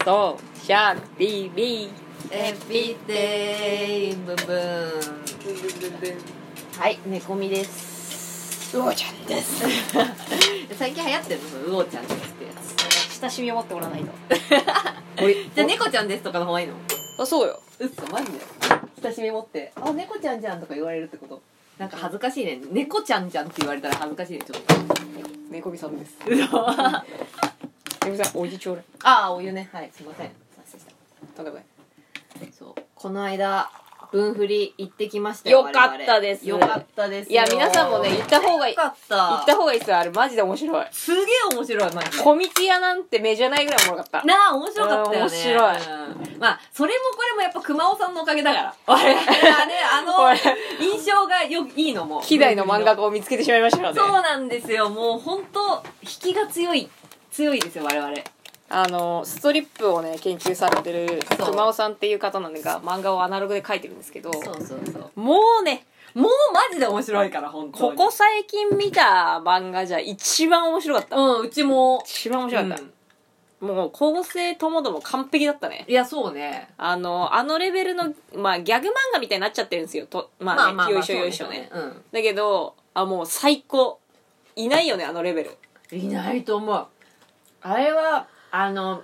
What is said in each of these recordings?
とシャーク TV Every day ブンブンはい寝込みですうおちゃんです最近流行ってるのそのうおちゃんですってやつ親しみを持っておらないとじゃあ猫ちゃんですとかの方がいいのあそうようっそマジで親しみ持ってあ猫ちゃんじゃんとか言われるってことなんか恥ずかしいね猫ちゃんじゃんって言われたら恥ずかしいねちょっと猫みさんです嘘あ猫みさんおじちょうだいあお湯ねはいすいません失礼しとんでもないたそうこの間分振り行ってきましたよかったですよかったですいや皆さんもね行った方がいいよかった行った方がいいっすよあれマジで面白いすげえ面白いマジでコミティアなんて目じゃないぐらいおもろかったなあ面白かったよね面白いうんまあそれもこれもやっぱ熊尾さんのおかげだから俺あれあ の俺印象がよいいのも希代の漫画家を見つけてしまいましたのでそうなんですよもう本当引きが強い強いですよ我々あのストリップをね研究されてるそう熊尾さんっていう方なんでが漫画をアナログで描いてるんですけどうそうそうもうねもうマジで面白いから本当こにこ最近見た漫画じゃ一番面白かったうんうちも一番面白かったう、んもう構成ともども完璧だったねいやそうねあのあのレベルの、まあ、ギャグ漫画みたいになっちゃってるんですよとまあ、ねよいしょよいしょねそうねだけどあもう最高いないよねあのレベルうんいないと思うあれはあの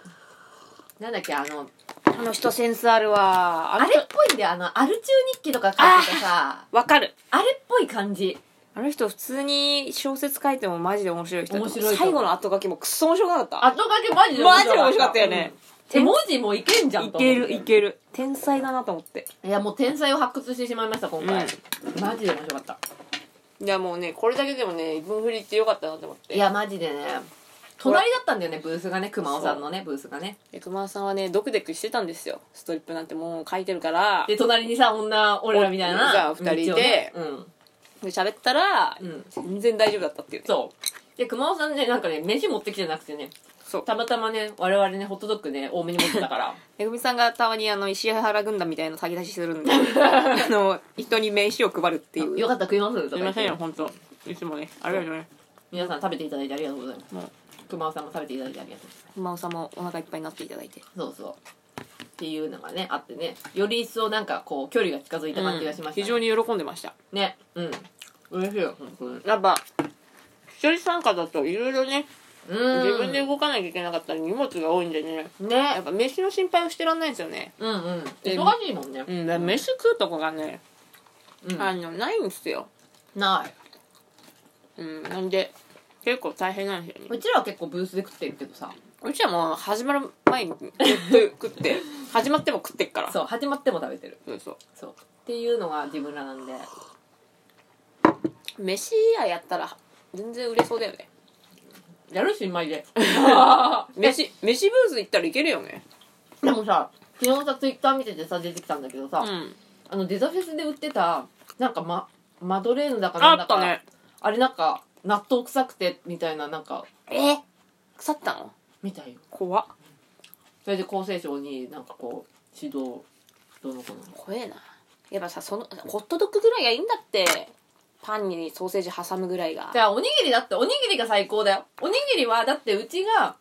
なんだっけあのあの人センスあるわああれれっぽいんだよあのアル中日記とか書いてたさわかるあれっぽい感じあの人普通に小説書いてもマジで面白い人だと思う面白いと思最う後の後書きもクソ面白くなかった後書きマジでマジで面白かったよね、うんえ文字もいけんじゃんいと思っけてるいける天才だなと思っていやもう天才を発掘してしまいました今回、マジで面白かったいやもうねこれだけでもね分振りってよかったなと思っていやマジでね隣だったんだよねブースがね熊尾さんのねブースがねで熊田さんはねドクデクしてたんですよストリップなんてもう書いてるからで隣にさ女俺らみたいなさ二人いて道をねで喋ったらうんうん全然大丈夫だったっていうねそうで熊尾さんねなんかね飯持ってきてなくてねそうたまたまね我々ねホットドッグね多めに持ってたから めぐみさんがたまにあの石原軍団みたいなの先出しするんで あの人に名刺を配るっていうよかったら食いますとかすい言まっせんてよ本当いつもねありがとうね皆さん食べていただいてありがとうございます、うん熊尾さんも食べていただいてありがとうございます熊尾さんもお腹いっぱいになっていただいてそうそうっていうのがねあってねより一層なんかこう距離が近づいた感じがしましたね、非常に喜んでましたねうん嬉しいよ本当にやっぱ一人参加だといろいろねうん自分で動かなきゃいけなかったり荷物が多いんでねやねっぱ飯の心配をしてらんないですよねうんうんで忙しいもんねうんだから飯食うとこがねうんあのないんですよないうんなんで結構大変なんですよねうちらは結構ブースで食ってるけどさうちはもう始まる前にずっと食って始まっても食ってっからそう始まっても食べてるそうそうそうっていうのが自分らなんで飯屋やったら全然売れそうだよねやるし新米で飯飯ブース行ったらいけるよね でもさ昨日さツイッター見ててさ出てきたんだけどさ、うんあのデザフェスで売ってたなんか、ま、マドレーヌだかなあんだっかたねあれなんか納豆臭くてみたいななんかえ腐ったのみたいよ怖っそれで厚生省になんかこう指導どうのこうの怖えなやっぱさそのホットドッグぐらいがいいんだってパンにソーセージ挟むぐらいがじゃあおにぎりだっておにぎりが最高だよおにぎりはだってうちが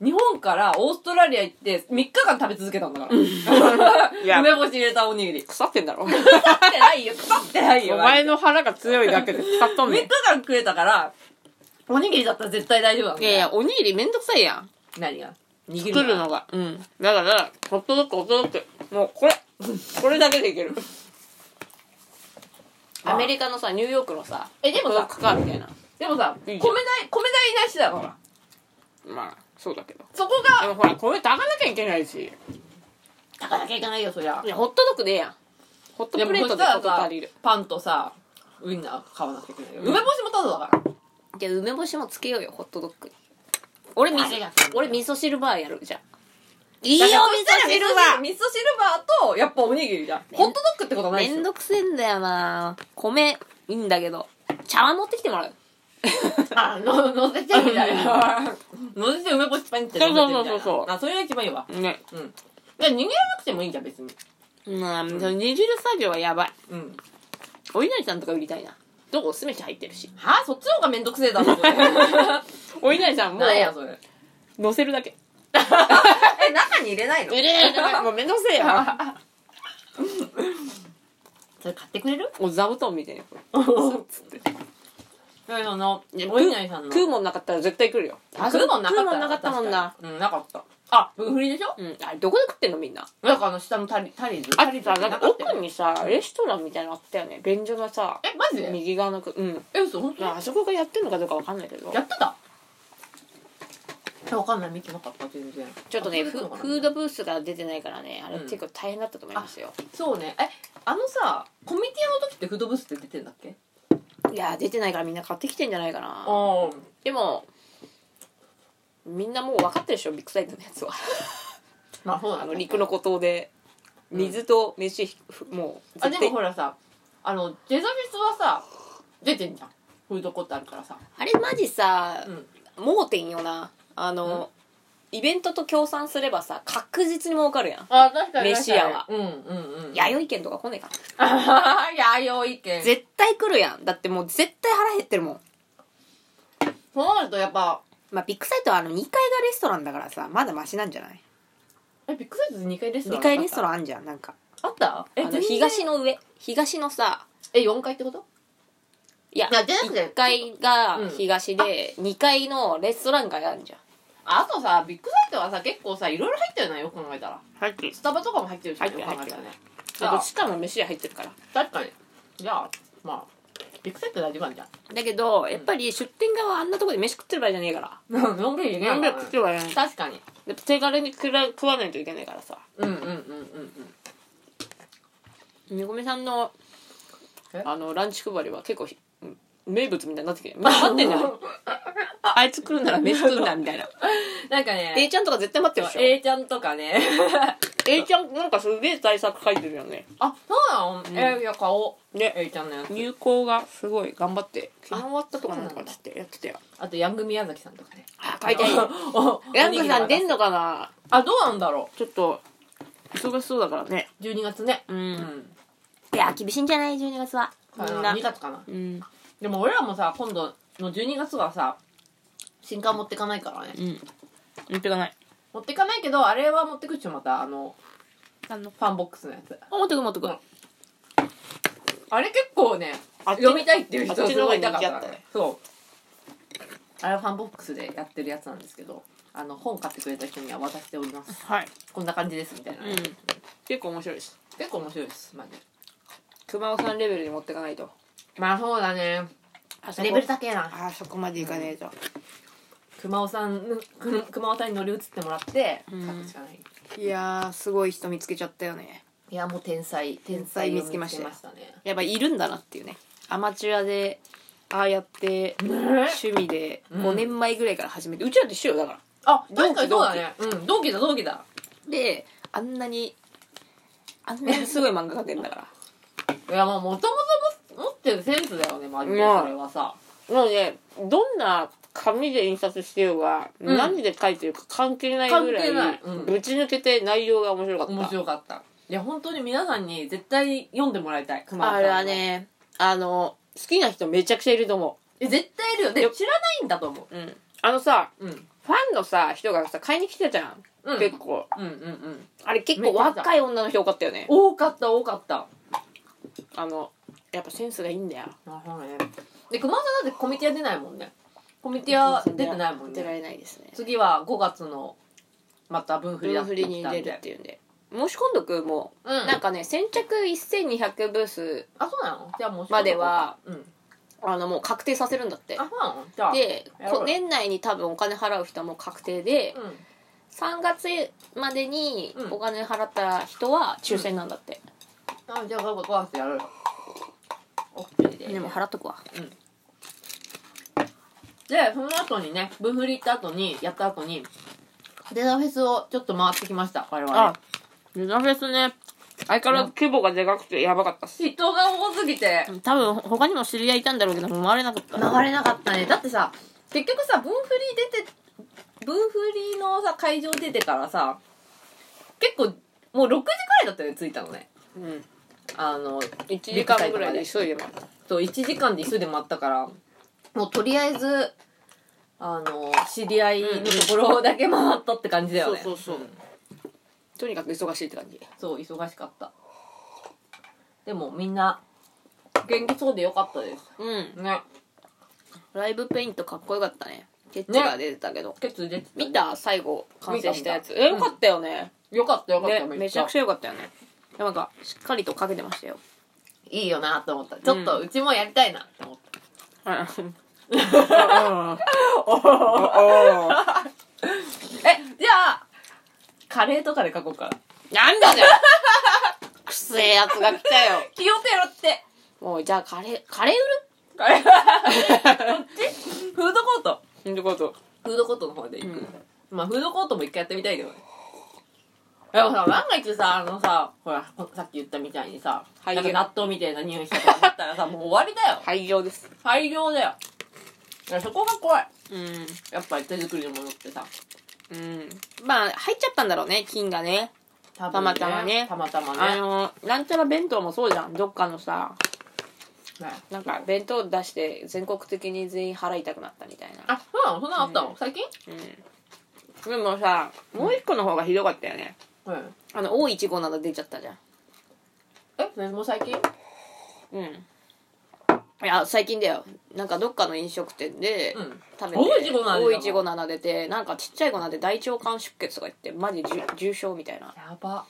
日本からオーストラリア行って3日間食べ続けたんだから いや梅干し入れたおにぎり腐腐ってん だろってないよ腐ってないよお前の腹が強いだけで腐っとん3ね日間食えたからおにぎりだったら絶対大丈夫なんいだよやいやおにぎりめんどくさいやん何が握作るのがうんだからホットドッグホットドッグもう これこれだけでいけるアメリカのさニューヨークのさえでもさホットドッグかみたいなでもさいい米代じゃん米代なしだからまあそうだけどそこでもがほら米炊かなきゃいけないし高なきゃいけないよそりゃいやホットドッグでええやんホットでプもレートそしでたらことさ足りるパンとさウインナー買わなきゃいけないようん梅干しもただだからじゃあ梅干しもつけようよホットドッグに俺味あり噌がとう俺味噌汁バーやるじゃんいいいよい味よ噌汁バ味噌汁バーとやっぱおにぎりじゃんホットドッグってことはーなめいんですよどくせえんだよな米いいんだけど茶碗持ってきてもら うあののせてみたいなのせて梅干しパンってのせそうてみたいなそうそうそうあそれが一番いいわねうんじゃあ逃げなくてもいいじゃん別にうん、その煮汁作業はやばいうんお稲荷さんとか売りたいなどこお酢飯入ってるしはあそっちの方がめんどくせえだろ それお稲荷さんも何やそれ乗せるだけえ中入れないの入れないもうめんどくせえや それ買ってくれるもう座布団みたいなこうつって。その、お稲荷さんの。食うもんなかったら絶対来るよあ、食うもんなかった。食うもんなかったもんな確かに。うん、なかった。あ、ブフリでしょうんあれどこで食ってんのみんななんかあの、下のタリ、タリズ。あタっリズさなんかったよね奥にさレストランみたいなのあったよね便所がさえ、マジで右側のくうんえ、嘘本当にあそこがやってんのかどうかわかんないけどやってたえわかんない、見てなかった、全然。ちょっとねあフそうなのかなフードブースが出てないからねあれうん結構大変だったと思いますよ、そうね。え、あのさ、コミティアの時ってフードブースって出てんだっけいやー出てないからみんな買ってきてんじゃないかなあでもみんなもう分かってるでしょビッグサイトのやつはまあ、そうあなのの。陸の孤島でうん水と飯ひ、もうあ、でもあほらさ、あの、ジェザフェスはさ、出てんじゃん。フードコートあるからさ。あれマジさうん。盲点よなあの、イベントと協賛すればさ確実に儲かるやんあ、確かに。飯屋は確かにうんうんうん。弥生県とか来ねえかなあはは弥生県絶対来るやんだってもう絶対腹減ってるもんそうなるとやっぱまあビッグサイトはあの2階がレストランだからさまだマシなんじゃないえビッグサイズ2階レストラン2階レストランンあんじゃんなんかあったあえの全然東の上東のさえ4階ってこといやいやじゃなくて1階がうん東で2階のレストラン街あるじゃんあとさビッグサイトはさ結構さいろいろ入ってるなよく考えたら入ってるスタバとかも入ってるし、ね、入よってくる考えたらねじどゃあっちかも飯屋入ってるから確かにじゃあまあビッグサイト大丈夫 なんじゃんだけどやっぱり出店側はあんなとこで飯食ってる場合じゃねえからのんびりでき何る百食ってる場合じゃない確かにやっぱ手軽に食ら食わないといけないからさうんうんうんうんうんみこみさんのえあのランチ配りは結構ひうん名物みたいになってき てみんな待ってんじゃないあいつ来るなら飯食うなみ たいななんか A ねちゃんとか絶対待ってるでしょ A ちゃんとかね A ちゃんなんかすげえ対策書いてるよねあそうなの、えいや顔ね A ちゃんのやつ入稿がすごい頑張って昨日終わったとかなんとかっつってやってたよあとヤング宮崎さんとかねあ書いてあるおヤングさん出おにぎり渡すんのかなあどうなんだろちょっと忙しそうだからねう12月ねううんいや厳しいんじゃない12月はみんな2月かなうんでも俺らもさ今度の12月はさ新刊持ってかないからねうん言ってかない持ってかないけどあれは持ってくっちょまたあのあのファンボックスのやつ持ってく持ってくうんあれ結構ねあっち読みたいっていう人あっすちの方ごがいいた人かっ気あたっかたらねそうあれはファンボックスでやってるやつなんですけどあの本買ってくれた人には渡しておりますはいこんな感じですみたいな、うん結構面白いです結構面白いですマジで熊尾さんレベルに持ってかないとまあそうだねあそレこベル高えなあそこまでいかねえと、熊尾さんく熊尾さんに乗り移ってもらってうん書くしかない、いやーすごい人見つけちゃったよねいやもう天才天才才見見つつけけままししたたよねやっぱいるんだなっていうねアマチュアでああやって趣味でうん5年前ぐらいから始めて、うちらと一緒よだからあ同確期かにそうだねうん同期だ同期だであんなにあんなにすごい漫画描けんだかいやもうもともと持ってるセンスだよねマジでまあそれはさら もうねどんな紙で印刷してようが、うん何で書いてるか関係ないぐらい関係ないうんぶち抜けて内容が面白かった面白かったいや本当に皆さんに絶対読んでもらいたい熊尾さんあれはねあの好きな人めちゃくちゃいると思え絶対いるよで知らないんだと思う、あのさううんファンのさ人がさ買いに来てたじゃん、うん結構うんうんうんあれ結構めっちゃ来た若い女の人多かったよね多かった多かったあのやっぱセンスがいいんだよなるほどねで熊尾さんだってコミティア出ないもんねコミティア出てないもん出らねれないですね次は5月のまた分振りだ分っ振てりにきたん出でるっていうんで申し込んどくもうんうなんかね先着1200ブースあそうなのじゃあもうまではうんあのもう確定させるんだってあそうなのじゃあでやころうよ年内に多分お金払う人はもう確定でうん3月までにうんお金払った人は抽選なんだって、あじゃあ5月やるよオッケーででも払っとくわでその後にねブフリ行った後にやった後に派手なフェスをちょっと回ってきました我々あユナフェスね相変わらず規模がでかくてやばかったっす人が多すぎて多分他にも知り合いいたんだろうけど回れなかった回れなかったねだってさ結局さブンフリ出てブンフリのさ会場出てからさ結構もう6時くらいだったよね着いたのねうんあの1時間ぐらいで急いで回ったと1時間で急いで回ったからもうとりあえずあの知り合いのところだけ回ったって感じだよねそうそうそうとにかく忙しいって感じそう忙しかったでもみんな元気そうでよかったですうんねライブペイントかっこよかったねケッチが出てたけど、ケツ出てたね見た最後完成したやつ見たえよかったよね,、よかったよかった、ねめちゃくちゃゃよかったよねでもなんかしっかりとかけてましたよいいよなと思ったちょっとうちもやりたいなって思った、な えじゃあカレーとかで書こうかんだじゃんくせえやつが来たよ気をてろ ってもうじゃあカレーカレーカレーこっちフードコート売るってことフードコートの方で行く、うんまあフードコートも一回やってみたいけどねでもさ万が一さあのさほらさっき言ったみたいにさ廃な業んか納豆みたいな匂いしたとかだったらさもう終わりだよ廃業です大量だよいやそこが怖いうんやっぱり手作りのものってさうんまあ入っちゃったんだろうね金がねたたまたまねたまたまあねのなんちゃら弁当もそうじゃんどっかのさねなんか弁当出して全国的に全員払いたくなったみたいなあそうなのそんなのあったの、最近うんでもさもう一個の方がひどかったよねうんあの大いちごなど出ちゃったじゃんえそれも最近うんいや最近だよなんかどっかの飲食店でうん食べて、大いちごなで大いちごなでてなんかちっちゃい子なで大腸管出血とか言ってマジ重重症みたいなやば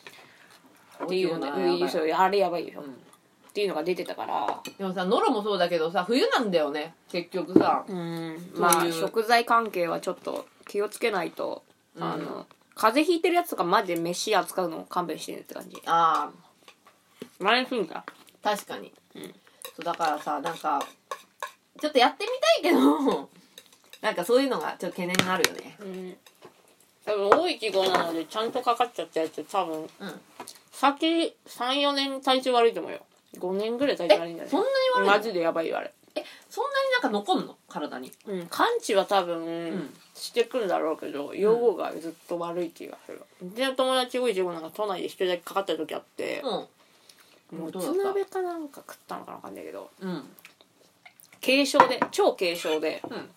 っていう大のきいよなやばいそうあれやばいよ、うんっていうのが出てたからでもさノロもそうだけどさ冬なんだよね結局さうんまそういあう食材関係はちょっと気をつけないと、うんあの風邪ひいてるやつとかマジで飯扱うの勘弁してねって感じああ何すんだ確かに、うんそうだからさなんかちょっとやってみたいけど なんかそういうのがちょっと懸念があるよねうん多分多い記号なのでちゃんとかかっちゃったやつ多分うん先34年体調悪いと思うよ5年ぐらい体え調悪いんじゃそんないなに悪いのマジでやばいよあれえそんなになんか残んの体にうん完治は多分、んしてくんだろうけど用語がずっと悪い気がするうちの友達多いちごなんか都内で一人だけかかった時あって、うんもうどつうだった鍋かなんか食ったのかなわかんないけどうん軽症で超軽症でうん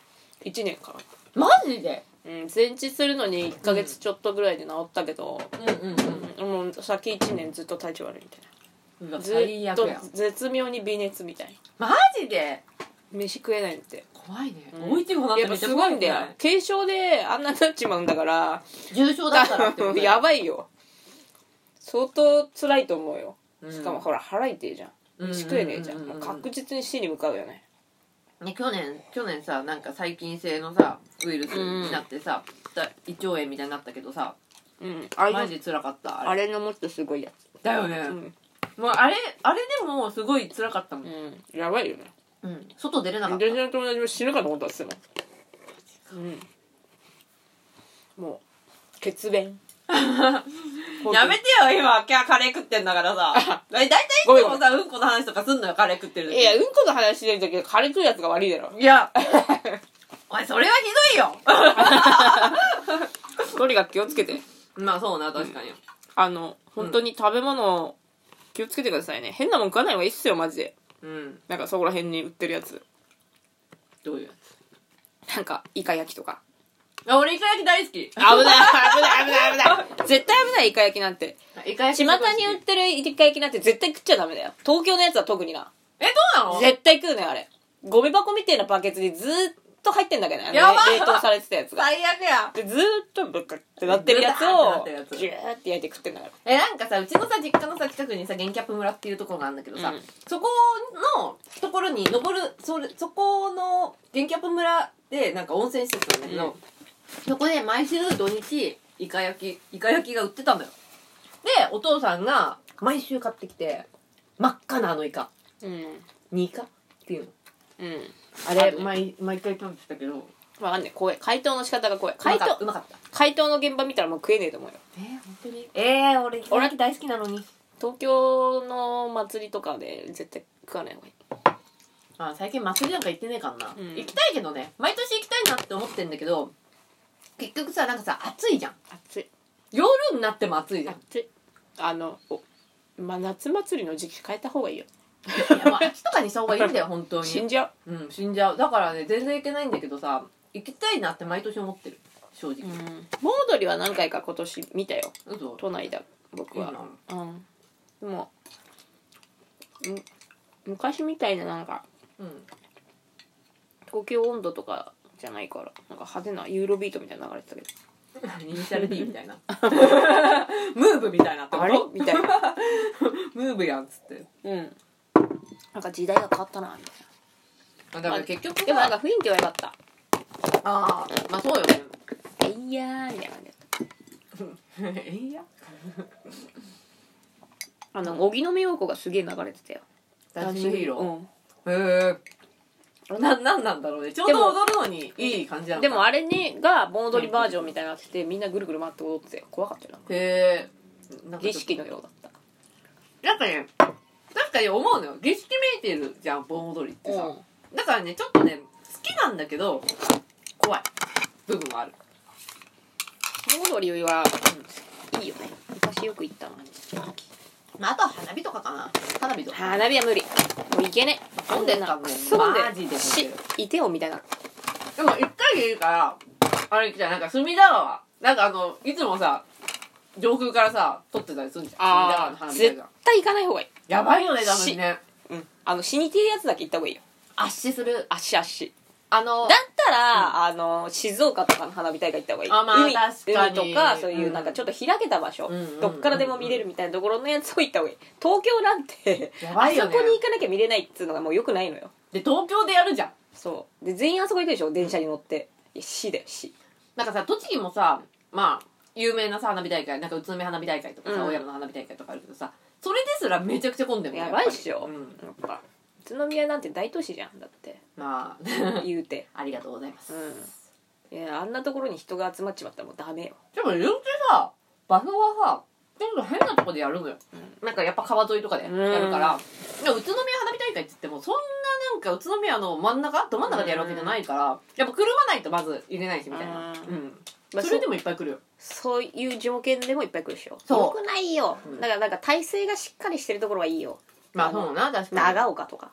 1年かなマジでうん前治するのに1ヶ月ちょっとぐらいで治ったけど、うんうんうんもう先1年ずっと体調悪いみたいうんうなわず最っ悪とや絶妙に微熱みたいなマジで飯食えないって怖いねうん大いちごなやんてっめぱっちゃすご怖いいんだよね軽症であんなになっちまうんだから重症だったらって多こと分だ よやばいよ相当辛いと思うようんしかもほら腹痛いじゃんうん飯食えねえじゃんうんうんもううん確実に死に向かうよねね、去年去年さなんか細菌性のさウイルスになってさ、だ胃腸炎みたいになったけどさうんあマれジ辛かったあれあれのもっとすごいやつだよね、うんもうあれあれでもすごい辛かったもん、うんやばいよねうん、外出れなかった全然友達も死ぬかと思ったっすもん、うん、もう血便 やめてよ今今日カレー食ってんだからさ 大体いつごめんごめもさうんこの話とかすんのよカレー食ってる時いやうんこの話してる時カレー食うやつが悪いだろい やおいそれはひどいよとにかく気をつけてまあそうな確かに、あの本当に食べ物を気をつけてくださいね変なもん食わない方がいいっすよマジでうん、なんかそこら辺に売ってるやつどういうやつなんかイカ焼きとかあ俺イカ焼き大好き危ない危ない危ない危ない絶対危ないイカ焼きなんてイカ巷焼きに売ってるイカ焼きなんて絶対食っちゃダメだよ東京のやつは特になえどうなの絶対食うねあれゴミ箱みたいなバケツにずーっと入ってんだけどねやば冷凍されてたやつが最悪やでずーっとブカってなってるやつブカーってなっをてるやつギューって焼いて食ってんだからえなんかさうちのさ実家のさ近くにさゲンキャップ村っていうところがあるんだけどさ、うんそこのところに登るそれそこのゲンキャップ村でなんか温泉施設なんだけど、うんそこで毎週土日イカ焼きイカ焼きが売ってたのよでお父さんが毎週買ってきて真っ赤なあのイカうんニイカっていうのうんああれる毎毎回食べてたけどわかんない怖い解凍の仕方が怖いうま解かった凍うまかった解凍の現場見たらもう食えねえと思うよえー、本当にえー、俺イカ焼き大好きなのに東京の祭りとかで絶対食わない方がいいあ最近祭りなんか行ってねえからな、うん行きたいけどね毎年行きたいなって思ってんだけど結局さなんかさ暑いじゃん暑い夜になっても暑いじゃん暑いあのおまあ、夏祭りの時期変えた方がいいよいやまあ秋とかにした方がいいん だよ本当に死んじゃうん死んじゃうだからね全然行けないんだけどさ行きたいなって毎年思ってるう正直う、ん盆踊りは何回か今年見たようそ都内だ僕はうんでもむ昔みたいななんかうん 東京温度とかじゃないからなんか派手なユーロビートみたいなの流れてたけどイニシャル D みた いなムーブみたいなってあれみたいな ムーブやんっつってうんなんか時代が変わったなみたいだから結局なさでもなんか雰囲気は良かったああまあそうよね「いやー」みたいな感じだっえ いやたあの荻野目洋子がすげえ流れてたよダンシングヒーロー、うんへえななんなんだろうねちょうど踊るのにいい感じなのでもああれにが盆踊りバージョンみたいになっててみんなぐるぐる回って踊ってたよ怖かったよなんかへえなんか儀ちょっ式のようだったとなんかね確かに思うのよ儀式めいてるじゃん盆踊りってさ、だからねちょっとね好きなんだけど怖い部分はある盆踊りは、うんいいよね昔よく行ったのまあ、あとは花火とかかな花火とか花火は無理もう行けねえ飲んでんななんかもうクソ飲んでマジで飲んでるしいてよみたいなでも一回でいいからあれじゃんなんか隅田川なんかあのいつもさ上空からさ撮ってたりするんじゃん隅田川の花火みたい絶な対行かない方がいいやばいよね多分ねうんあの死にてるやつだけ行った方がいいよ圧死する足足あのだったら、あの静岡とかの花火大会行った方がいいあまあ海確かに海とかそういううんなんかちょっと開けた場所、うんうんうんどっからでも見れるみたいなところのやつを行った方がいい東京なんてやばあいそよねこに行かなきゃ見れないっつうのがもうよくないのよで東京でやるじゃんそうで全員あそこ行くでしょ電車に乗っていや死だよ死なんかさ栃木もさまあ有名なさ花火大会なんか宇都宮花火大会とかさ、うん青山の花火大会とかあるけどさそれですらめちゃくちゃ混んでるもんやばいっしやょぱりうんやっぱ宇都宮なんて大都市じゃんだってまあ 言うてありがとうございます、うんいやあんなところに人が集まっちまったらもうダメよでも言うてさ場所はさちょっと変なとこでやるのよ、なんかやっぱ川沿いとかでやるから、でも宇都宮花火大会って言ってもそんななんか宇都宮の真ん中ど真ん中でやるわけじゃないから、やっぱ車ないとまず入れないしみたいな、うんうんまあそれでもいっぱい来るよそういう条件でもいっぱい来るでしょそうよくないようんだからなんか体制がしっかりしてるところはいいよまあそうな確かに長岡とか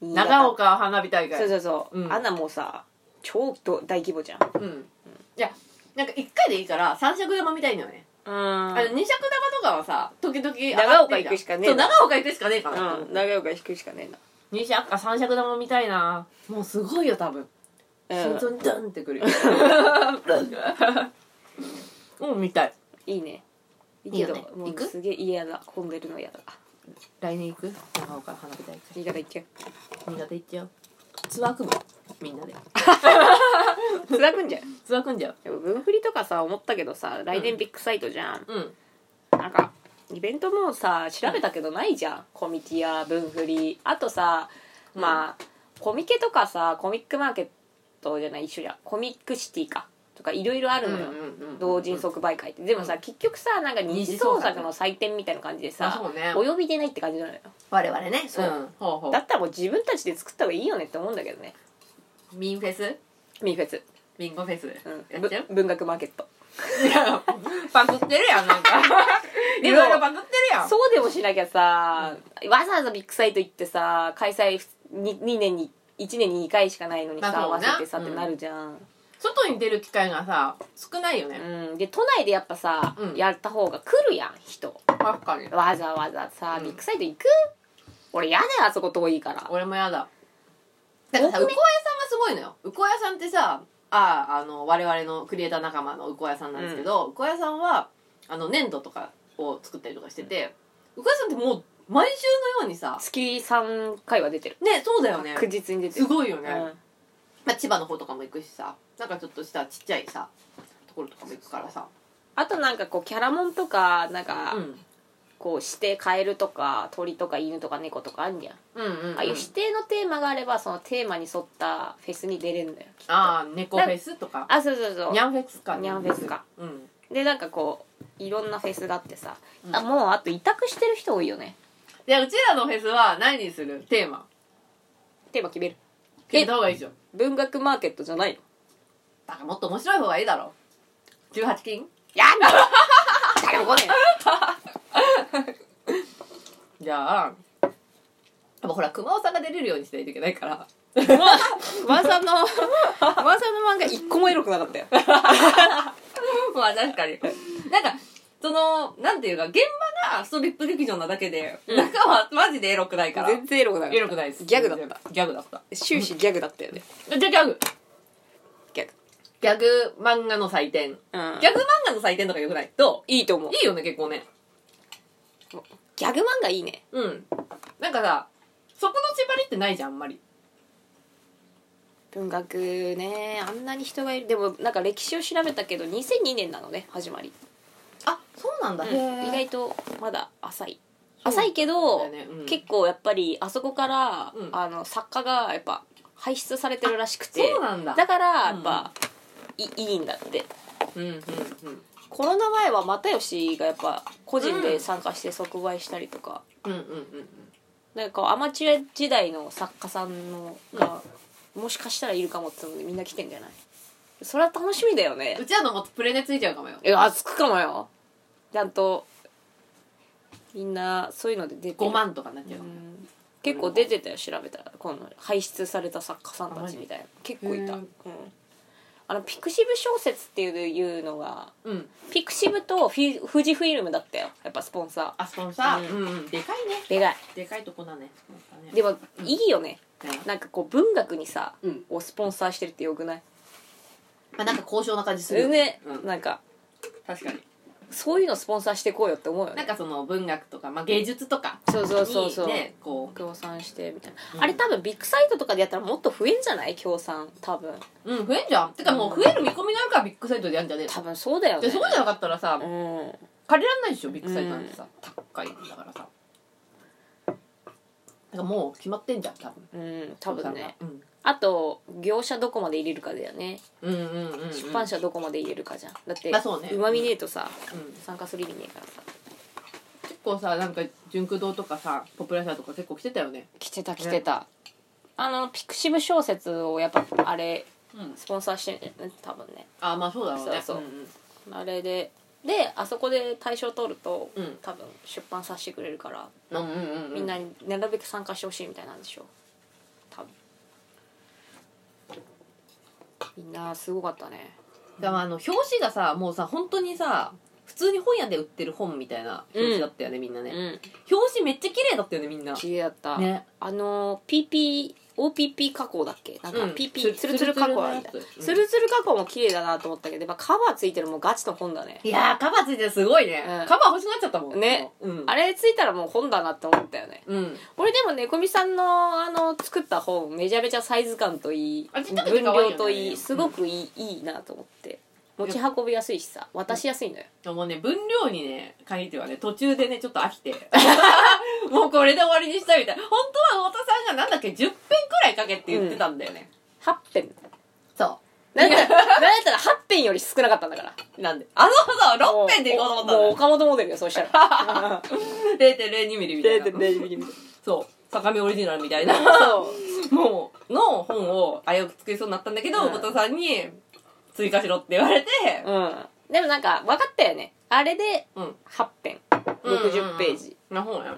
新潟長岡花火大会そうそうそう、うんあんなもうさ超大規模じゃんうんいやなんか1回でいいから三尺玉みたいのよね、あのう二尺玉とかはさ時々上長がっ岡て行くしかねえそうな長岡行くしかねえかな、ん長岡引くしかね二尺か三尺玉みたいなもうすごいよ多分えな、う心ん臓にダンってくるようん見たいいいねいいよねも行うくすげえ嫌だ混んでるの嫌だ来年行く長岡花火大会新潟行っちゃ新潟行っちゃおうツアー組むみんなでう辛くんじゃんツアー組んじゃでも分振りとかさ思ったけどさ来年ビッグサイトじゃん、ううんなんかイベントもさ調べたけどないじゃん、コミティア分振りあとさまあ、コミケとかさコミックマーケットじゃない一緒じゃんコミックシティかとかいろいろあるのよ、同人即売会ってでもさ、う結局さなんか二次創作の祭典みたいな感じでささ、そうねお呼びでないって感じなのよ我々ねそうんほうほだったらもう自分たちで作った方がいいよねって思うんだけどねうミンフェスミーフェス、ミンゴフェスうやん、っちゃうぶ文学マーケットいや パクってるやんなんかで いもろいろパクってるやんそうでもしなきゃさ、わざわざビッグサイト行ってさ開催 2, 2年に1年に2回しかないのにさ、まあ合そうわねせてさってうんなるじゃん、外に出る機会がさ少ないよねうん、で都内でやっぱさ、うんやった方が来るやん人確かにわざわざさ、うんビッグサイト行く俺やだよあそこ遠いから俺もやだだからさ多うくこねやさんがすごいのようこやさんってさあああの我々のクリエイター仲間のうこやさんなんですけど、うこやさんはあの粘土とかを作ったりとかしてて、うこやさんってもう毎週のようにさ月3回は出てるねそうだよね確実に出てするごいよね、うんまあ、千葉の方とかも行くしさなんかちょっとしたちっちゃいさところとかも行くからさあとなんかこうキャラモンとかなんうかんこう指定カエルとか鳥とか犬とか猫とかあんじゃん、うんうん、ああいう指定のテーマがあればそのテーマに沿ったフェスに出れるんだよきっとあー猫フェスとかあそうそうそうニャンフェスかニャンフェスかうんでなんかこういろんなフェスがあってさ、うんあもうあと委託してる人多いよねでうちらのフェスは何にするテーマテーマ決める決めた方がいいじゃん文学マーケットじゃないのだからもっと面白い方がいいだろ18金やんな 誰も来ねじゃあやっぱほら熊尾さんが出れるようにしないといけないから噂の噂の漫画一個もエロくなかったよ まあ確かに。なんか、その、なんていうか、現場がストリップ劇場なだけで、うん中はマジでエロくないから。 全然エロくなかエっロくないですギャグだったギャグだったた終始ギャグだったよねじゃあギャグギャグギャグ漫画の祭典うんギャグ漫画の祭典とかよくないどいいと思うういいよね、結構ね。ギャグ漫画いいねうんなんかさそこの縛りってないじゃんあんまり文学ねあんなに人がいるでもなんか歴史を調べたけど2002年なのね始まり、あそうなんだうんへ意え外とまだ浅い浅いけど、結構構やっぱりあそこから、うんあの作家がやっぱ輩出されてるらしくてそうなんだだからやっぱ、いいいんだってうんうんうんコロナ前は又吉がやっぱ個人で参加して即売したりとか、うんうんうんなんかこうアマチュア時代の作家さんのが、もしかしたらいるかもってのでみんな来てんじゃないそれは楽しみだよねうんうちらのもっとプレネついちゃうかもよえあつくかもよちゃんとみんなそういうので出て5万とかになっちゃううかもよん結構出てたよ調べたらこの輩出された作家さんたちみたいな結構いた、へーうん、あのピクシブ小説っていうのがうんピクシブとフィ富士フィルムだったよやっぱスポンサあスポンサーううんうんでかいねーでかいでかいとこだねなんかねでもうんいいよねねなんかこう文学にさうんをスポンサーしてるってよくないまあなんか高尚な感じすそるれよね、うんなんか確かにそういうのスポンサーしてこうよって思うよなねんかその文学とかまあ芸術とかそうそうそうそうにねこ協賛してみたいな、うんあれ多分ビッグサイトとかでやったらもっと増えんじゃない協賛多分ううん増えんじゃんてかもう増える見込みがあるからビッグサイトでやんじゃねえ多分そうだよでねそうじゃなかったらさうん借りらんないでしょビッグサイトなんてさ、高いんだからさなんかもう決まってんじゃん多分うん多分ね、うん、あと業者どこまで入れるかだよね、うんうんうんうん出版社どこまで入れるかじゃんだってまあそうねまみねえとさうん参加する意味ねえからさ結構さなんか純駆堂とかさポプラ社とか結構来てたよね来てた来てた、あのピクシブ小説をやっぱあれうんスポンサーしてんじゃん多分ねあまあそうだろうねそうそうんんあれでであそこで大賞取ると、うん多分出版させてくれるからうんうんうんみんなになるべく参加してほしいみたいなんでしょう多分みんなすごかったねだからあの表紙がさもうさ本当にさ普通に本屋で売ってる本みたいな表紙だったよね、みんなね、ん表紙めっちゃ綺麗だったよねみんな綺麗だった、ねあの PP OPP 加工だっけなんかうん PP、ツルツル加工あるみたいツルツルのやつうんツルツル加工も綺麗だなと思ったけどやっぱカバーついてるもうガチの本だねいやーカバーついてるすごいね、うんカバー欲しくなっちゃったもんねうんあれついたらもう本だなって思ったよねうん俺でもねこみさんのあの作った本めちゃめちゃサイズ感といいあちっちゃくて分可愛い量よねといいすごくいい,、いいなと思って持ち運びやすいしさ渡しやすいのよ、でもね、分量にね、限ってはね、途中でね、ちょっと 飽きて。もうこれで終わりにしたいみたい。本当は太田さんがなんだっけ、10分くらいかけって言ってたんだよね。 8編そなんだったらなんだったら8編より少なかったんだからう。なんで。あ、そうそう、6編でいこうと思ったもうもうんだ岡本モデルよそうしたら0.02ミリみたいな。そう。坂上オリジナルみたい な、そうもう、の本を危うく作りそうになったんだけど、うん太田さんに、追加しろって言われて、うんでもなんか分かったよねあれでうん。 8編うん60ページ、な本や。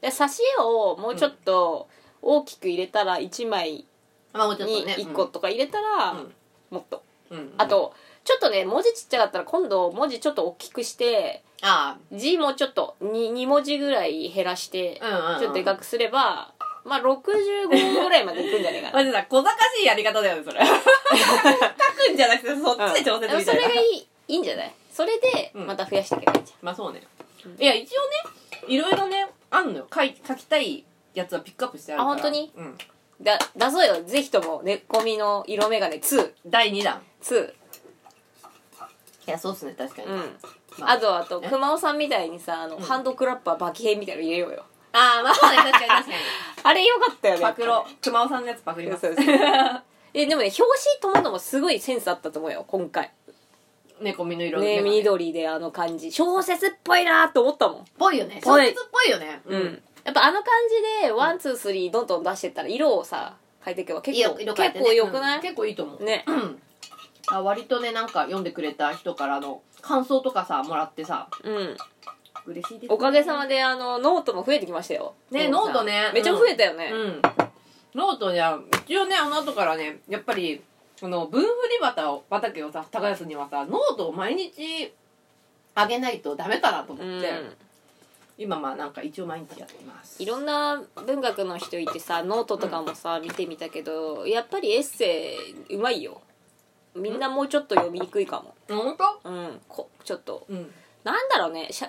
で挿絵をもうちょっと大きく入れたら1枚まあもうちょっにとね。 1個とか入れたうらん。もっとうん。うんあ、とちょっとね文字ちっちゃかったら今度文字ちょっと大きくしてあ字もちょっと 2, 2文字ぐらい減らしてあ、うんうん、うん。ちょっとでかくすればまあ65ぐらいまでいくんじゃないかな マジだ、小賢しいやり方だよね、 それ。書くんじゃなくて、そっちで調で節もみそたいれな。がいいいいんじゃないそれでうんまた増やしていけばいいじまあそうねうん。いや、一応ね、いろいろね、あんのよ。書い書きたいやつはピックアップしてあるから。あ本当にうん。ゃんだだそうよぜひとも「寝込みの色眼鏡2」第2弾。 2いや、そうっすね、確かに。うんまあ、あとあとね熊尾さんみたいにさあの、うんハンドクラッパーバキヘイみたいなの入れようよあー、まあそうね、確かに 確かに。あれよかったよねパクロ。熊尾さんのやつパクります。そうそう そうえでもね表紙ともどもすごいセンスあったと思うよ今回猫身の色ね眼鏡っ緑であの感じ小説っぽいなと思ったもんぽいよね。小ぽい説っぽいよね。うん。やっぱあの感じでワンツースリーどんどん出してったら色をさ変えていけば結色構色変え結てね構よくなうんい、結構いいと思う。ねうんあ割とね、なんか読んでくれた人からの感想とかさ、もらってさ、うん嬉しいですねおかげさまであのノートも増えてきましたよねでもさノートねめっちゃ増えたよね、うん。ノートには一応ねあの後からねやっぱりこの分振り畑を畑をさ耕すにはさノートを毎日あげないとダメかなと思って、今まあなんか一応毎日やってますいろんな文学の人いてさノートとかもさ見てみたけどやっぱりエッセイうまいよみんなもうちょっと読みにくいかも本当うんこちょっとうんなんだろうねしゃ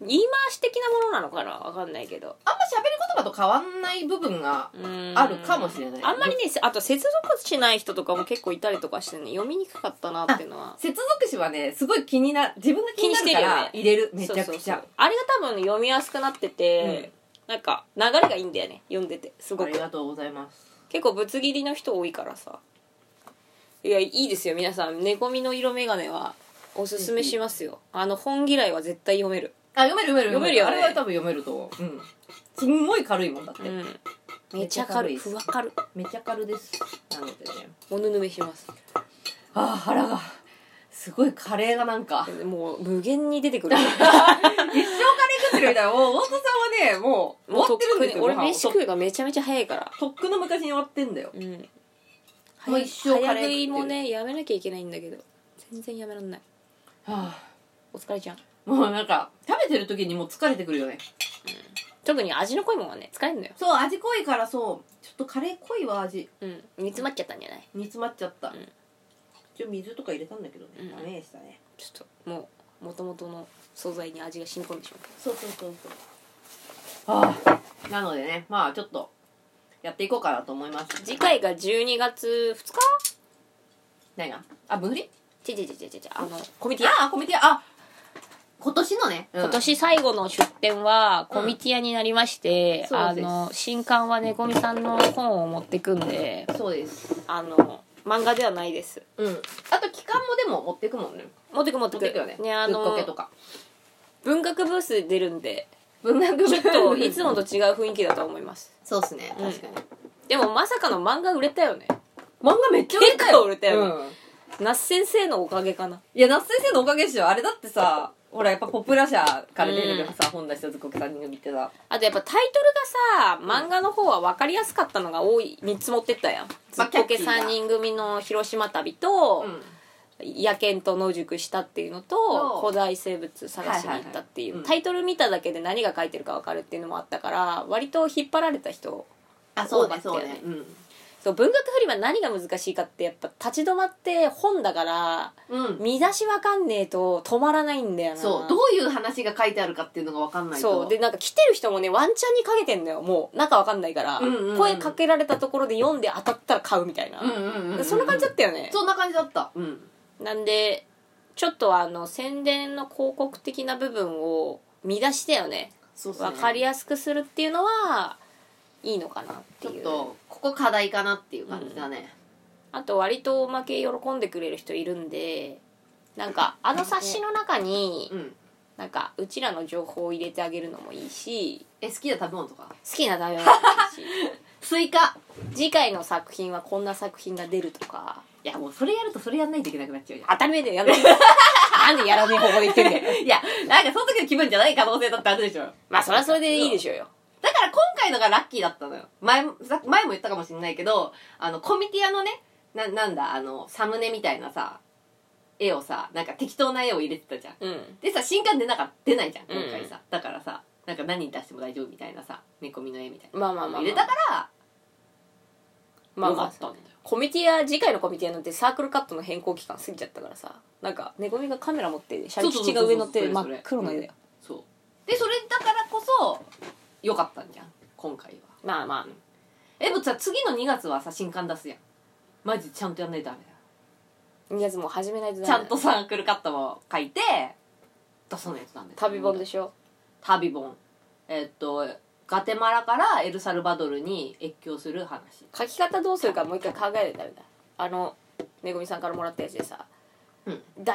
言い回し的なものなのかなわかんないけどあんま喋り言葉と変わんない部分がうんあるかもしれないあんまりねせあと接続しない人とかも結構いたりとかしてね読みにくかったなっていうのは接続詞はねすごい気にな自分が気になるか気にらして入れるめちゃそうくそちうそゃうあれが多分読みやすくなってて、なんか流れがいいんだよね読んでてすごあくりがとうございます結構ぶつ切りの人多いからさいやいいですよ皆さん猫みの色眼鏡はおすすめしますよあの本嫌いは絶対読めるあ読める読め読めるるよねあれは多分読めると思ううんすんごい軽いもんだって、うんめっちゃ軽いふわかるめちゃ軽ですなのでねおぬぬめしますあー腹がすごいカレーがなんかもう無限に出てくる 一生カレー食ってるみたいなもう大戸さんはねもうもう終とっわってるんくですによ俺ご飯を飯食うがめちゃめちゃ早いからとっくの昔に終わってんだようんもう早一生カレー食ってる早食いもねやめなきゃいけないんだけど全然やめらんないはあお疲れちゃんもうなんか食べてる時にもう疲れてくるよね特に味の濃いもんはね疲れるんだよそう味濃いからそうちょっとカレー濃いわ味うん煮詰まっちゃったんじゃない煮詰まっちゃった、ん一応水とか入れたんだけどね、うんダメでしたねちょっともう元々の素材に味が染み込んでしまうそうそうそうそうああなのでねまあちょっとやっていこうかなと思います次回が12月2日何があ分振りちちちちちちあのコミティアああコミュニティあ今年のね、うん今年最後の出展はコミティアになりまして、うんあそうの新刊はねこみさんの本を持ってくんでそうですあの漫画ではないですうんあと期間もでも持ってくもんね持ってく持って持っくてくよねねあぶっのこけとか文学ブースで出るんで 文学部ちょっとい つもと違う雰囲気だと思いますそうっすねうん確かに、でもまさかの漫画売れたよね漫画めっちゃ売れたよ結構売れたよねうん那須先生のおかげかないや、那須先生のおかげっしょ。あれだってさ、ほら、やっぱポプラ社から出てくるさ、本田久子さんにってさ。あとやっぱタイトルがさ漫画の方は分かりやすかったのが多い3つ持ってったやんずまっあこけキャッチーな3人組の広島旅と、うん。野犬と野宿したっていうのそとう古代生物探しに行ったっていはいはいはいううんタイトル見ただけで何が書いてるか分かるっていうのもあったから割と引っ張られた人あ、そうねそうねうん。そう文学フリは何が難しいかってやっぱ立ち止まって本だからうん。見出し分かんねえと止まらないんだよなそう、どういう話が書いてあるかっていうのがわかんないと。そうでなんか来てる人もねワンチャンにかけてんだよもう中わかんないから、うんうんうん声かけられたところで読んで当たったら買うみたいな、うんうんうんうん。そんな感じだったよねそんな感じだった。うん。なんでちょっとあの宣伝の広告的な部分を見出しだよねそう分かりやすくするっていうのはいいのかなってちょっいうと、ここ課題かなっていう感じだね。あと割とおまけ喜んでくれる人いるんでなんかあの冊子の中にうん。なんかうちらの情報を入れてあげるのもいいしえ、好きな食べ物とか好きな食べ物もいいしスイカ次回の作品はこんな作品が出るとかいや、もうそれやるとそれやんないといけなくなっちゃうじゃん。当たり前だよやめて なんでやらねえ方向で言ってんだよいや、なんかその時の気分じゃない可能性だってあるでしょ。まあそれはそれでいいでしょうよだから今回のがラッキーだったのよ。前も、さ前も言ったかもしれないけど、あの、コミティアのね、な、なんだ、あの、サムネみたいなさ、絵をさ、なんか適当な絵を入れてたじゃん。うんでさ、新刊出なかった、出ないじゃん、今回うんうさ。だからさ、なんか何に出しても大丈夫みたいなさ、猫みの絵みたいな。まあまあまあまあ入れたから、まあよまかあったんだよ。コミティア次回のコミティアなんてサークルカットの変更期間過ぎちゃったからさなんか猫みがカメラ持ってシャリ吉が上乗ってそうそ真うそうそうそれそれっ黒の絵だよそう。で、それだからこそ、良かったんじゃん、今回は。まあまあえ、もうさ、次の2月はさ、新刊出すやん。マジちゃんとやんないとダメだよ。 2月もう始めないとダメちゃんとサークルカットも書いて出さないとダメ旅本でょしょ旅本えっとガテマラからエルサルバドルに越境する話書き方どうするかもう一回考えないとダメだあのめぐみさんからもらったやつでさ、うんだ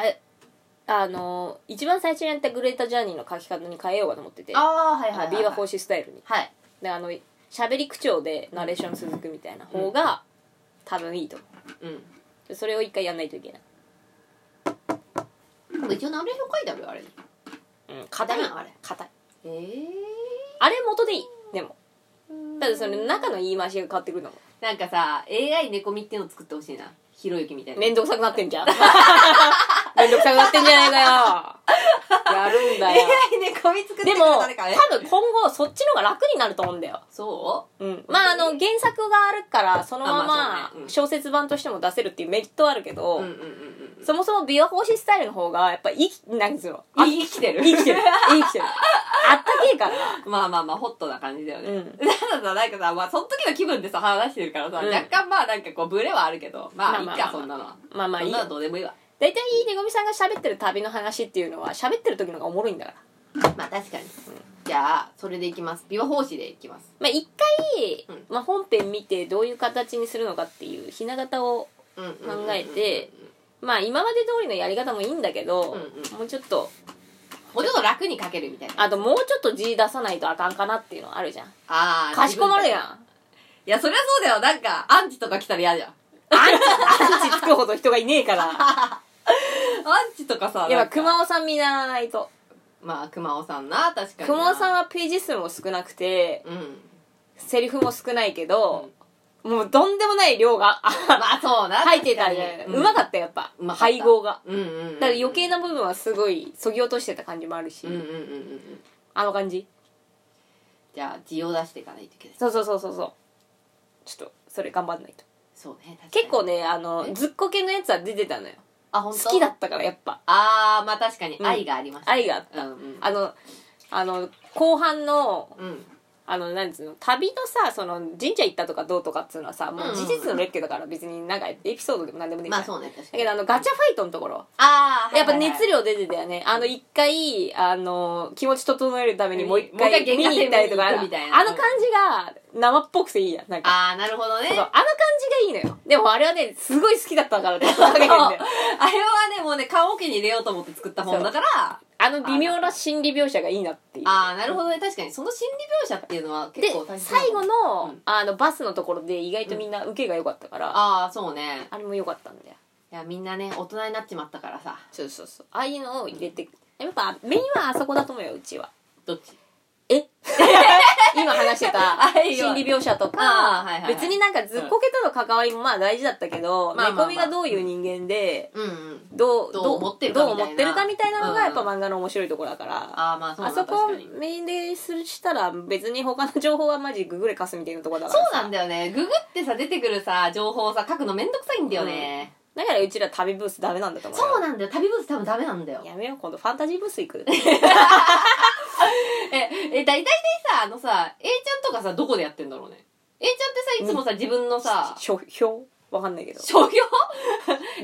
あの一番最初にやったグレータジャーニーの書き方に変えようかと思っててああはいあのビーバー法師スタイルにはいであの喋り口調でナレーション続くみたいな方が、多分いいと思うんうでそれを一回やんないといけない、でも一応ナレーション書いてあるよあれうん、硬いダメなのあれ硬いええあれ元でいいでもただその中の言い回しが変わってくるのもんなんかさ AI 猫みっていうの作ってほしいなひろゆきみたいな、めんどくさくなってんじゃん めんどくさくなってんじゃないかよやるんだ AI よ猫み作ってでくれも多誰かね分今後そっちの方が楽になると思うんだよそうん、まああの原作があるからそのまあまあそうねうまん小説版としても出せるっていうメリットはあるけうど、うんうんうんうんそもそも琵琶法師スタイルの方がやっぱ生きなんですよあ生きてる生 きてる生きてるあったけえからまあまあまあホットな感じだよね、うんたださ、 なんかさ、まあ、その時の気分でさ、話してるからさ、うん若干まあ、なんかこう、ブレはあるけど、ままあ、あいいまあか、まあそんなのは。まあまあそいんいなよのどうでもいいわ。大体ねごみさんが喋ってる旅の話っていうのは喋ってる時の方がおもろいんだからまあ、確かに。じゃあ、それでいきます。琵琶法師でいきます。まあ一回、うんまあ、本編見てどういう形にするのかっていうひな形をうんうんうんうん考えて、まあ今まで通りのやり方もいいんだけど、うんうんもうちょっともうちょっと楽に書けるみたいな。あともうちょっと字出さないとあかんかなっていうのはあるじゃんあーかしこまるやんいや、そりゃそうだよ。なんか、アンチとか来たら嫌じゃん。アンチアンチつくほど人がいねえ からアンチとかさ、やなっんぱか熊尾さん見習わないとまあ、熊尾さんな、確かにな。熊尾さんは、はページ数も少なくてうん。セリフも少ないけど、もうとんでもない量が あまあ、そうな。 入ってたね、うまかっったやっぱうまかった配合がた。うんうんうん。だから余計な。な部分はすごいそぎ落としてた感じもあるし、うんうんうんうんうん。あの感じじゃあ、字を出していかないといけない。そうそうそうそうそうちょっとそれ頑張んないとそうね。確かに結構、ねあのえずっこけのやつは出てたのよあ、本好当きだったからやっぱあーまあ確かにうん愛がありました、愛があったうんうんあのあの後半のうんあのなんつうの旅のさその神社行ったとかどうとかっつうのはさもう事実の列挙だから別になんかエピソードでも何でもねえじゃまんあそうね確かだにけどあのガチャファイトのところあーやっぱはいはいはい熱量出てたよねあの一回あの気持ち整えるためにもう一もう回一回見原画に行ったりとかあ展見に行のく感みじたいなが生っぽくていいやんなんかああなるほどねそうそうあの感じがいいのよでもあれはねすごい好きだったからってわけでそう あれはねもうね棺桶に入れようと思って作った本だからあの微妙な心理描写がいいなっていうああなるほどね確かにその心理描写っていうのはで結構大切な最後の,、うんあのバスのところで意外とみんな受けが良かったから、あああそうねれも良かったんだよいやみんなね大人になっちまったからさそうそうそうああいうのを入れてやっぱメインはあそこだと思うようちはどっちえ 今話してた あいいよ心理描写とあかあはいはいはい別になんかずっこけとの関わりもまあ大事だったけど、まあまあまあ猫みがどういう人間でうんうんどうどう思ってるかどうみたいな思ってるかみたいなのがやっぱうん漫画の面白いところだから、ああまあそうあなんだそこを確かにメインでするしたら別に他の情報はマジググれかすみたいなところだかそらさうなんだよねググってさ出てくるさ情報をさ書くのめんどくさいんだよね、だからうちら旅ブースダメなんだと思うよそうなんだよ旅ブース多分ダメなんだよやめよう今度ファンタジーブース行くえ、え、だいたいさ、あのさ、A ちゃんとかさ、どこでやってんだろうね。A ちゃんってさ、いつもさ、自分のさ、 書評わかんないけど書評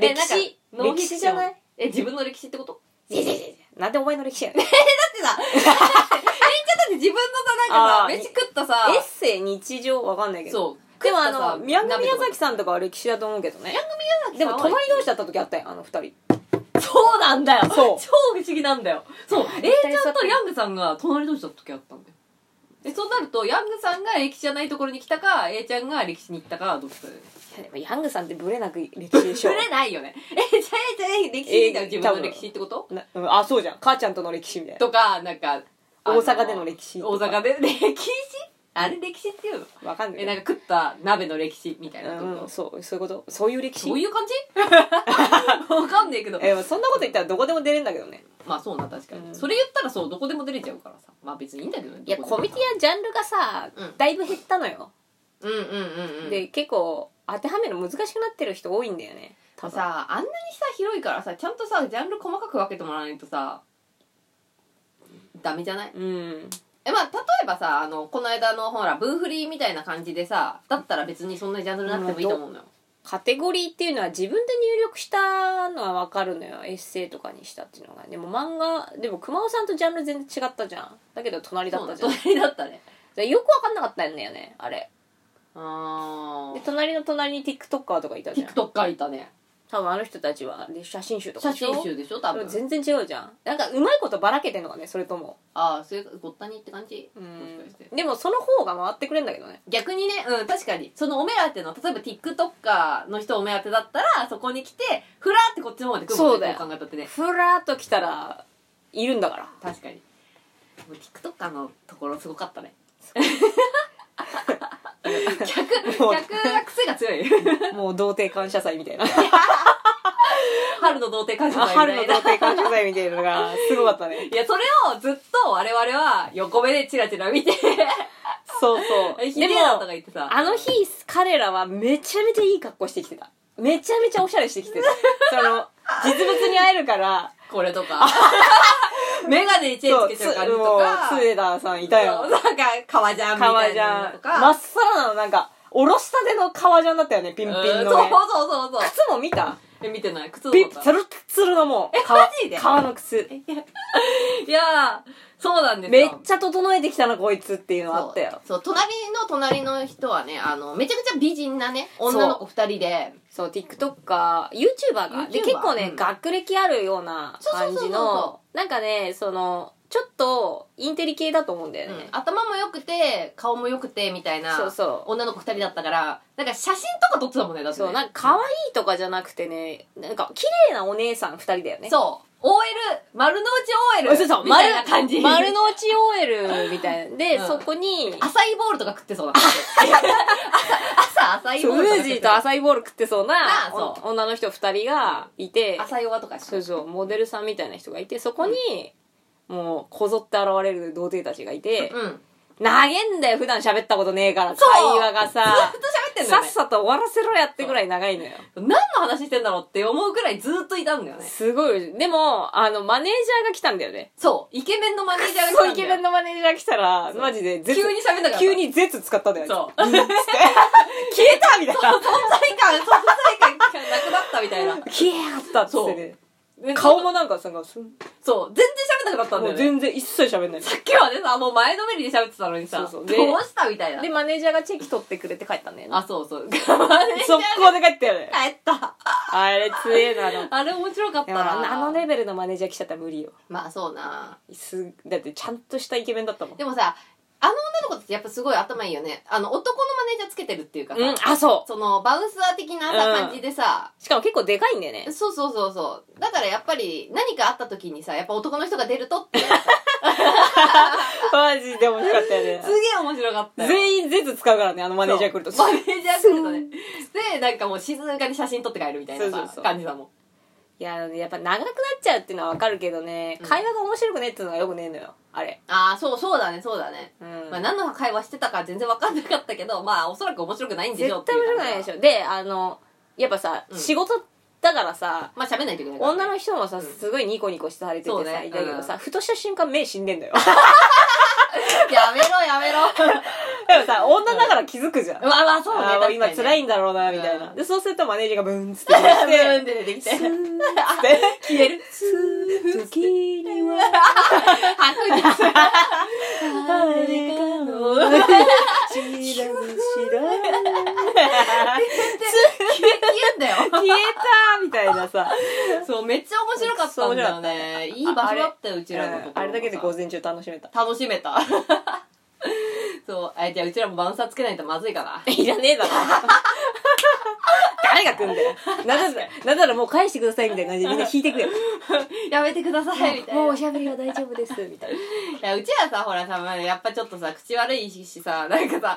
え歴史なんかノンフィク歴ショ史ンじゃないえ、自分の歴史ってことなんでお前の歴史やねんエだっ てさ、A ちゃんだって自分のさ、なんかあさ、ー飯食ったさ、ッセイ日常わかんないけどそう。でもあの宮古古宮崎さんとかは歴史だと思うけどねでも隣同士だった時あったよあの二人そうなんだよ超そう不思議なんだよ。そう、A 対ちゃんとヤングさんが隣同士だった時あったんだよ。え、そうなると、ヤングさんが歴史じゃないところに来たか、A ちゃんが歴史に行ったか、どっちかだよね。いやでもヤングさんってブレなく歴史でしそょれないよね。 え、じゃあ、じゃあ、歴史に行ったよ自分の歴史ってことなうんあそうじゃん母ちゃんとの歴史みたいなとか、なんか、あの大阪での歴史大阪で歴史 あれ歴史っていうのわかんないえ、なんか食った鍋の歴史みたいなってこうとん、そうそういうことそういう歴史そうい う感じわかんねえけど。えーそんなこと言ったらどこでも出れるんだけどねまあそうな、確かに。うんそれ言ったらそう、どこでも出れちゃうからさ。まあ別にいいんだけどね。いやどコこでミもティアジャンルがさ、うんだいぶ減ったのよ、うんうんうんうん。で結構当てはめるの難しくなってる人多いんだよね多分さ、あんなにさ、広いからさ、ちゃんとさ、ジャンル細かく分けてもらわないとさ、ダメじゃないうんえまあ例えばさあのこの間のほらブーフリーみたいな感じでさだったら別にそんなにジャンルなくてもいいと思うのよ、カテゴリーっていうのは自分で入力したのはわかるのよエッセイとかにしたっていうのがでも漫画でも熊尾さんとジャンル全然違ったじゃんだけど隣だそっうだたじゃん隣だったねでよくわかんなかったんだよねあれあで隣の隣に TikToker とかいたじゃん TikToker いたね多分あの人たちはで写真集とか写でしょ真集でしょ多でも分全然違うじゃんなんかうまいことばらけてんのかねそれともああそれごったにって感じうもしかんしてでもその方が回ってくれんだけどね逆にねうん確かにそのお目当ての例えば TikToker の人お目当てだったらそこに来てふらーってこっちの方まで来るもんねそうだよど考えたってねふらっと来たらいるんだから確か にもう TikToker のところすごかったねかになった客もう客が癖が強い もう童貞感謝祭みたいな春の童貞感謝祭みたい春なの童貞感謝祭みたいなの がすごかったねいやそれをずっと我々は横目でチラチラ見てそうそひうでえでもなとか言ってさあの日彼らはめちゃめちゃいい格好してきてためちゃめちゃおしゃれしてきてた その実物に会えるからこれと かメガネにチェーンつけてる感じそうつともかうツエダーさんいたそうよなんか革ジャンみた革いジなのャとンか真っさらなのなんかおろしたての革ジャンだったよねピンピンうんの、そうね、そうそうそう靴も見たえ見てない靴ピのンとツかルッツルのもうえマジで革の靴いやーそうなんですめっよちゃ整えてきたなこいつっていうのあったよそうそう隣の隣の人はねあのめちゃくちゃ美人なね女の子二人でそう TikToker YouTuber がで YouTuber 結構ね、うん学歴あるような感そうそうそじうそのなんかねそのちょっとインテリ系だと思うんだようんね、頭も良くて顔も良くてみたいなそうそう女の子二人だったからなんか写真とか撮ってたもんねだってねそうなんか可愛いとかじゃなくてねなんか綺麗なお姉さん2人だよねそう OL 丸の内 OL そうそうみたいな感じ丸丸の内 OL みたいなで、うんそこに浅いボールとか食ってそうだ朝朝浅いそボうールウーとか食っジてーとアサイーボール食ってそうなあそうお女の人2人がいて、朝ヨガとかしてそうそうモデルさんみたいな人がいてそこに、もうこぞって現れる童貞たちがいて、うんずっ投げんだよ普段喋ったことねえからそう会話がさと喋ってんださよっねさと終わらせろやってぐらい長いのよ何の話してんだろうって思うくらいずーっといたんだよねすごいでもあのマネージャーが来たんだよねそうイケメンのマネージャーが来たそんだうよイケメンのマネージャー来たらマジで絶急に喋んなかった急に「絶」使ったんだよねそう 消えたみたいな存在感、存在感がなくなったみたいな。消えやがったっつってねで顔もなんかさすそんう、全然喋んなくなったんもだようね。全然一切喋んないさっきはね、さ、もう前のめりで喋ってたのにさ、そうそうでどうしたみたいなで。マネージャーがチェキ取ってくれて帰ったんだよねあ、そうそう。マネージャー 速攻で帰ったよね帰った。あれ強えなのあれ面白かったでもあな。のレベルのマネージャー来ちゃったら無理よまあそうなすだってちゃんとしたイケメンだったもんでもさあの女の子ってやっぱすごい頭いいよねあの男のマネージャーつけてるっていうかさ、うんあそそのバウンサー的なうさん感じでさ、うしかも結構でかいんだよねそうそうそうそうだからやっぱり何かあった時にさやっぱ男の人が出るとって マジで面白かったよね すげえ面白かったよ。員全員絶使うからねあのマネージャー来るとマネージャー来るとね。で、なんかもう静かに写真撮って帰るみたいなそうさそうそう感じだもん。いややっぱ長くなっちゃうっていうのはわかるけどね、うん会話が面白くねえっていうのはよくねえのよあれああそうそうだねそうだね、うんまあ、何の会話してたか全然分かんなかったけどまあおそらく面白くないんで絶しょうって対いう面白くないでしょょであのやっぱさ、うん仕事だからさまあ喋んないといけないから女の人もさ、うんすごいニコニコしてされててそさ、うねいたけどさ、うふとした瞬間目死んでんだよやめろやめろでもさ女だから気づくじゃん、 まあまあそうねあ確かーに今ね辛いんだろうなみたいな、でそうするとマネージャーがブーンっつって出てきブーンてって出てきて スーンっつって消える「時には白日誰かの知らぬ知らぬ」消え消えんだよ消えたみたいなさそうめっちゃ面白かったんだよねいい場所だったようちらのところもさあれだけで午前中楽しめた楽しめた そうあじゃあうちらもバウンサーつけないとまずいかないらねえだろ誰が来んだよなんだなんならもう返してくださいみたいな感じでみんな引いてくよやめてくださいみたいなもうおしゃべりは大丈夫ですみたいないやうちらさほらさまあやっぱちょっとさ口悪いしさなんかさ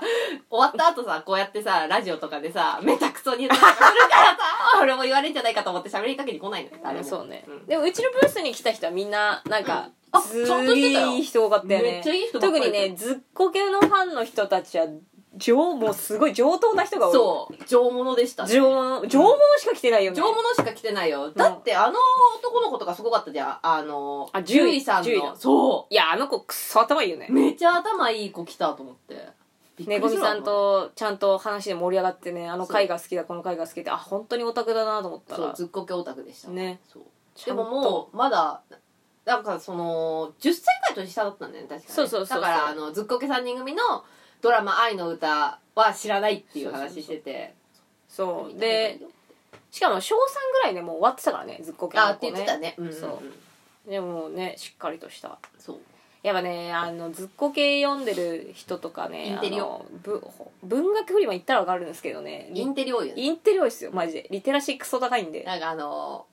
終わった後さこうやってさラジオとかでさめたくそに言ったりとかするからさ 俺も言われるんじゃないかと思って喋りかけに来ないのよ誰もそうね、んでもうちのブースに来た人はみんななんか、うんあすちゃんとげしてたよえいい人多かったよねめっちゃいい人ばっか特りにねずっこ系のファンの人たちは上もうすごい上等な人が多いそう上物でしたね上物上物しか来てないよね上物しか来てないよだってあの男の子とかすごかったじゃんあのあ獣獣医医さん獣医だのそいやあの子くっそ頭いいよねうめっちゃ頭いい子来たと思ってびっくりねすごるみさんとちゃんと話で盛り上がってねあのそう回が好きだこの回が好きであ本当にオタクだなと思ったそうらずっこけオタクでしたねそうちでゃんとももうまだなんかその10歳くらい年下だったんだよね確かにそうそうそうそうだからあのずっこけ3人組のドラマ「愛の歌」は知らないっていう話しててそうでしかも小3ぐらいでもう終わってたからねずっこけあのっ子て言ってたねうんうんうんそうでもねしっかりとしたそうやっぱねあのずっこ系読んでる人とかねインテリあよのぶ文学フリマ行ったら分かるんですけどねインテリ多いよねインテリ多いっすよマジでリテラシークソ高いんでなんかあの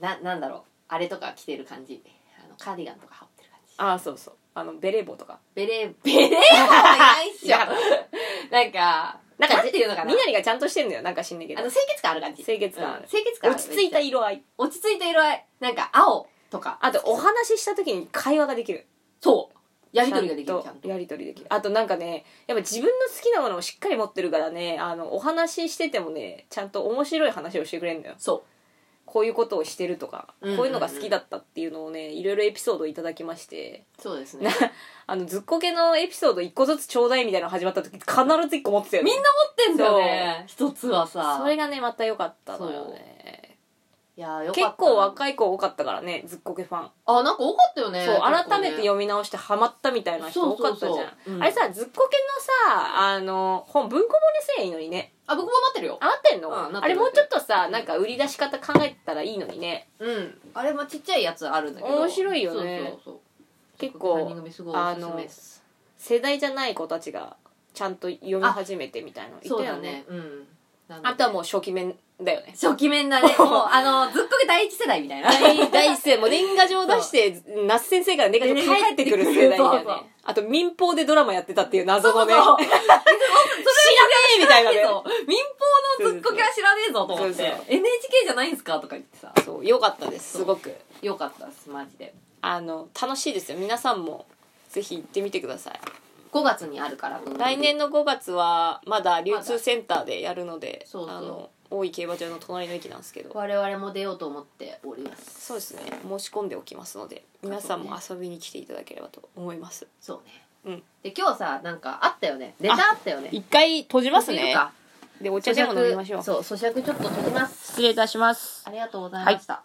ななんだろうあれとか着てる感じあのカーディガンとか羽織ってる感じああそうそうあのベレー帽とかベレーベレーはいないっしょなんか、なんかなんていうのかなみなりがちゃんとしてんのよなんか知んねえけあどの、清潔感ある感じ。清潔感あうんる、清潔感ある落ち着いた色合い落ち着いた色合い。なんか、青とか。あとお話しした時に会話ができるそう。やりとりができる、ちちゃゃんんとと。やり取りできるあとなんかねやっぱ自分の好きなものをしっかり持ってるからねあのお話ししててもねちゃんと面白い話をしてくれるんだよそこういうことをしてるとか、うんうんうんこういうのが好きだったっていうのをねいろいろエピソードをいただきましてそうですねあのずっこけのエピソード1個ずつちょうだいみたいなの始まった時必ず1個持ってたよねみんな持ってんだよね。一つはさ。それがねまた良かったのよねいやー、よかった。結構若い子多かったからねずっこけファン、あ、なんか多かったよね。そう結構改めねて読み直してハマったみたいな人多かったじゃんそうそうそううんあれさずっこけのさあの本文庫本にせえいいのにねあ、僕も待ってるよ。あ合ってんの、うんなってるあれもうちょっとさなんか売り出し方考えたらいいのにねうん。あれもちっちゃいやつあるんだけど。面白いよねそうそうそう。結ランニン構グ組すごいおすすめです。世代じゃない子たちがちゃんと読み始めてみたいなのいたそうだよよねね。うん。なんであとはもう初期面だよね初期面だね。もう、あの、ずっこけ第一世代みたいな。 第第一声もう年賀状出して那須先生から年賀状帰ってくる世代だそうよそうねあと民放でドラマやってたっていう謎のね知ら ねえみたいなねそう民放の ずっこけは知らねえぞと思っそうてそう NHK じゃないんすかとか言ってさそう良かったですすごくよかったっすマジであの楽しいですよ皆さんもぜひ行ってみてください5月にあるから来年の5月はまだ流通センターでやるので、そうそうあの大井競馬場の隣の駅なんですけど我々も出ようと思っておりますそうですね申し込んでおきますので皆さんも遊びに来ていただければと思いますそうねうんで今日さなんかあったよねネタあったよね一回閉じますいるねかでお茶咀でも飲みましょ嚼うそう咀嚼ちょっと閉じます失礼いたしますありがとうございました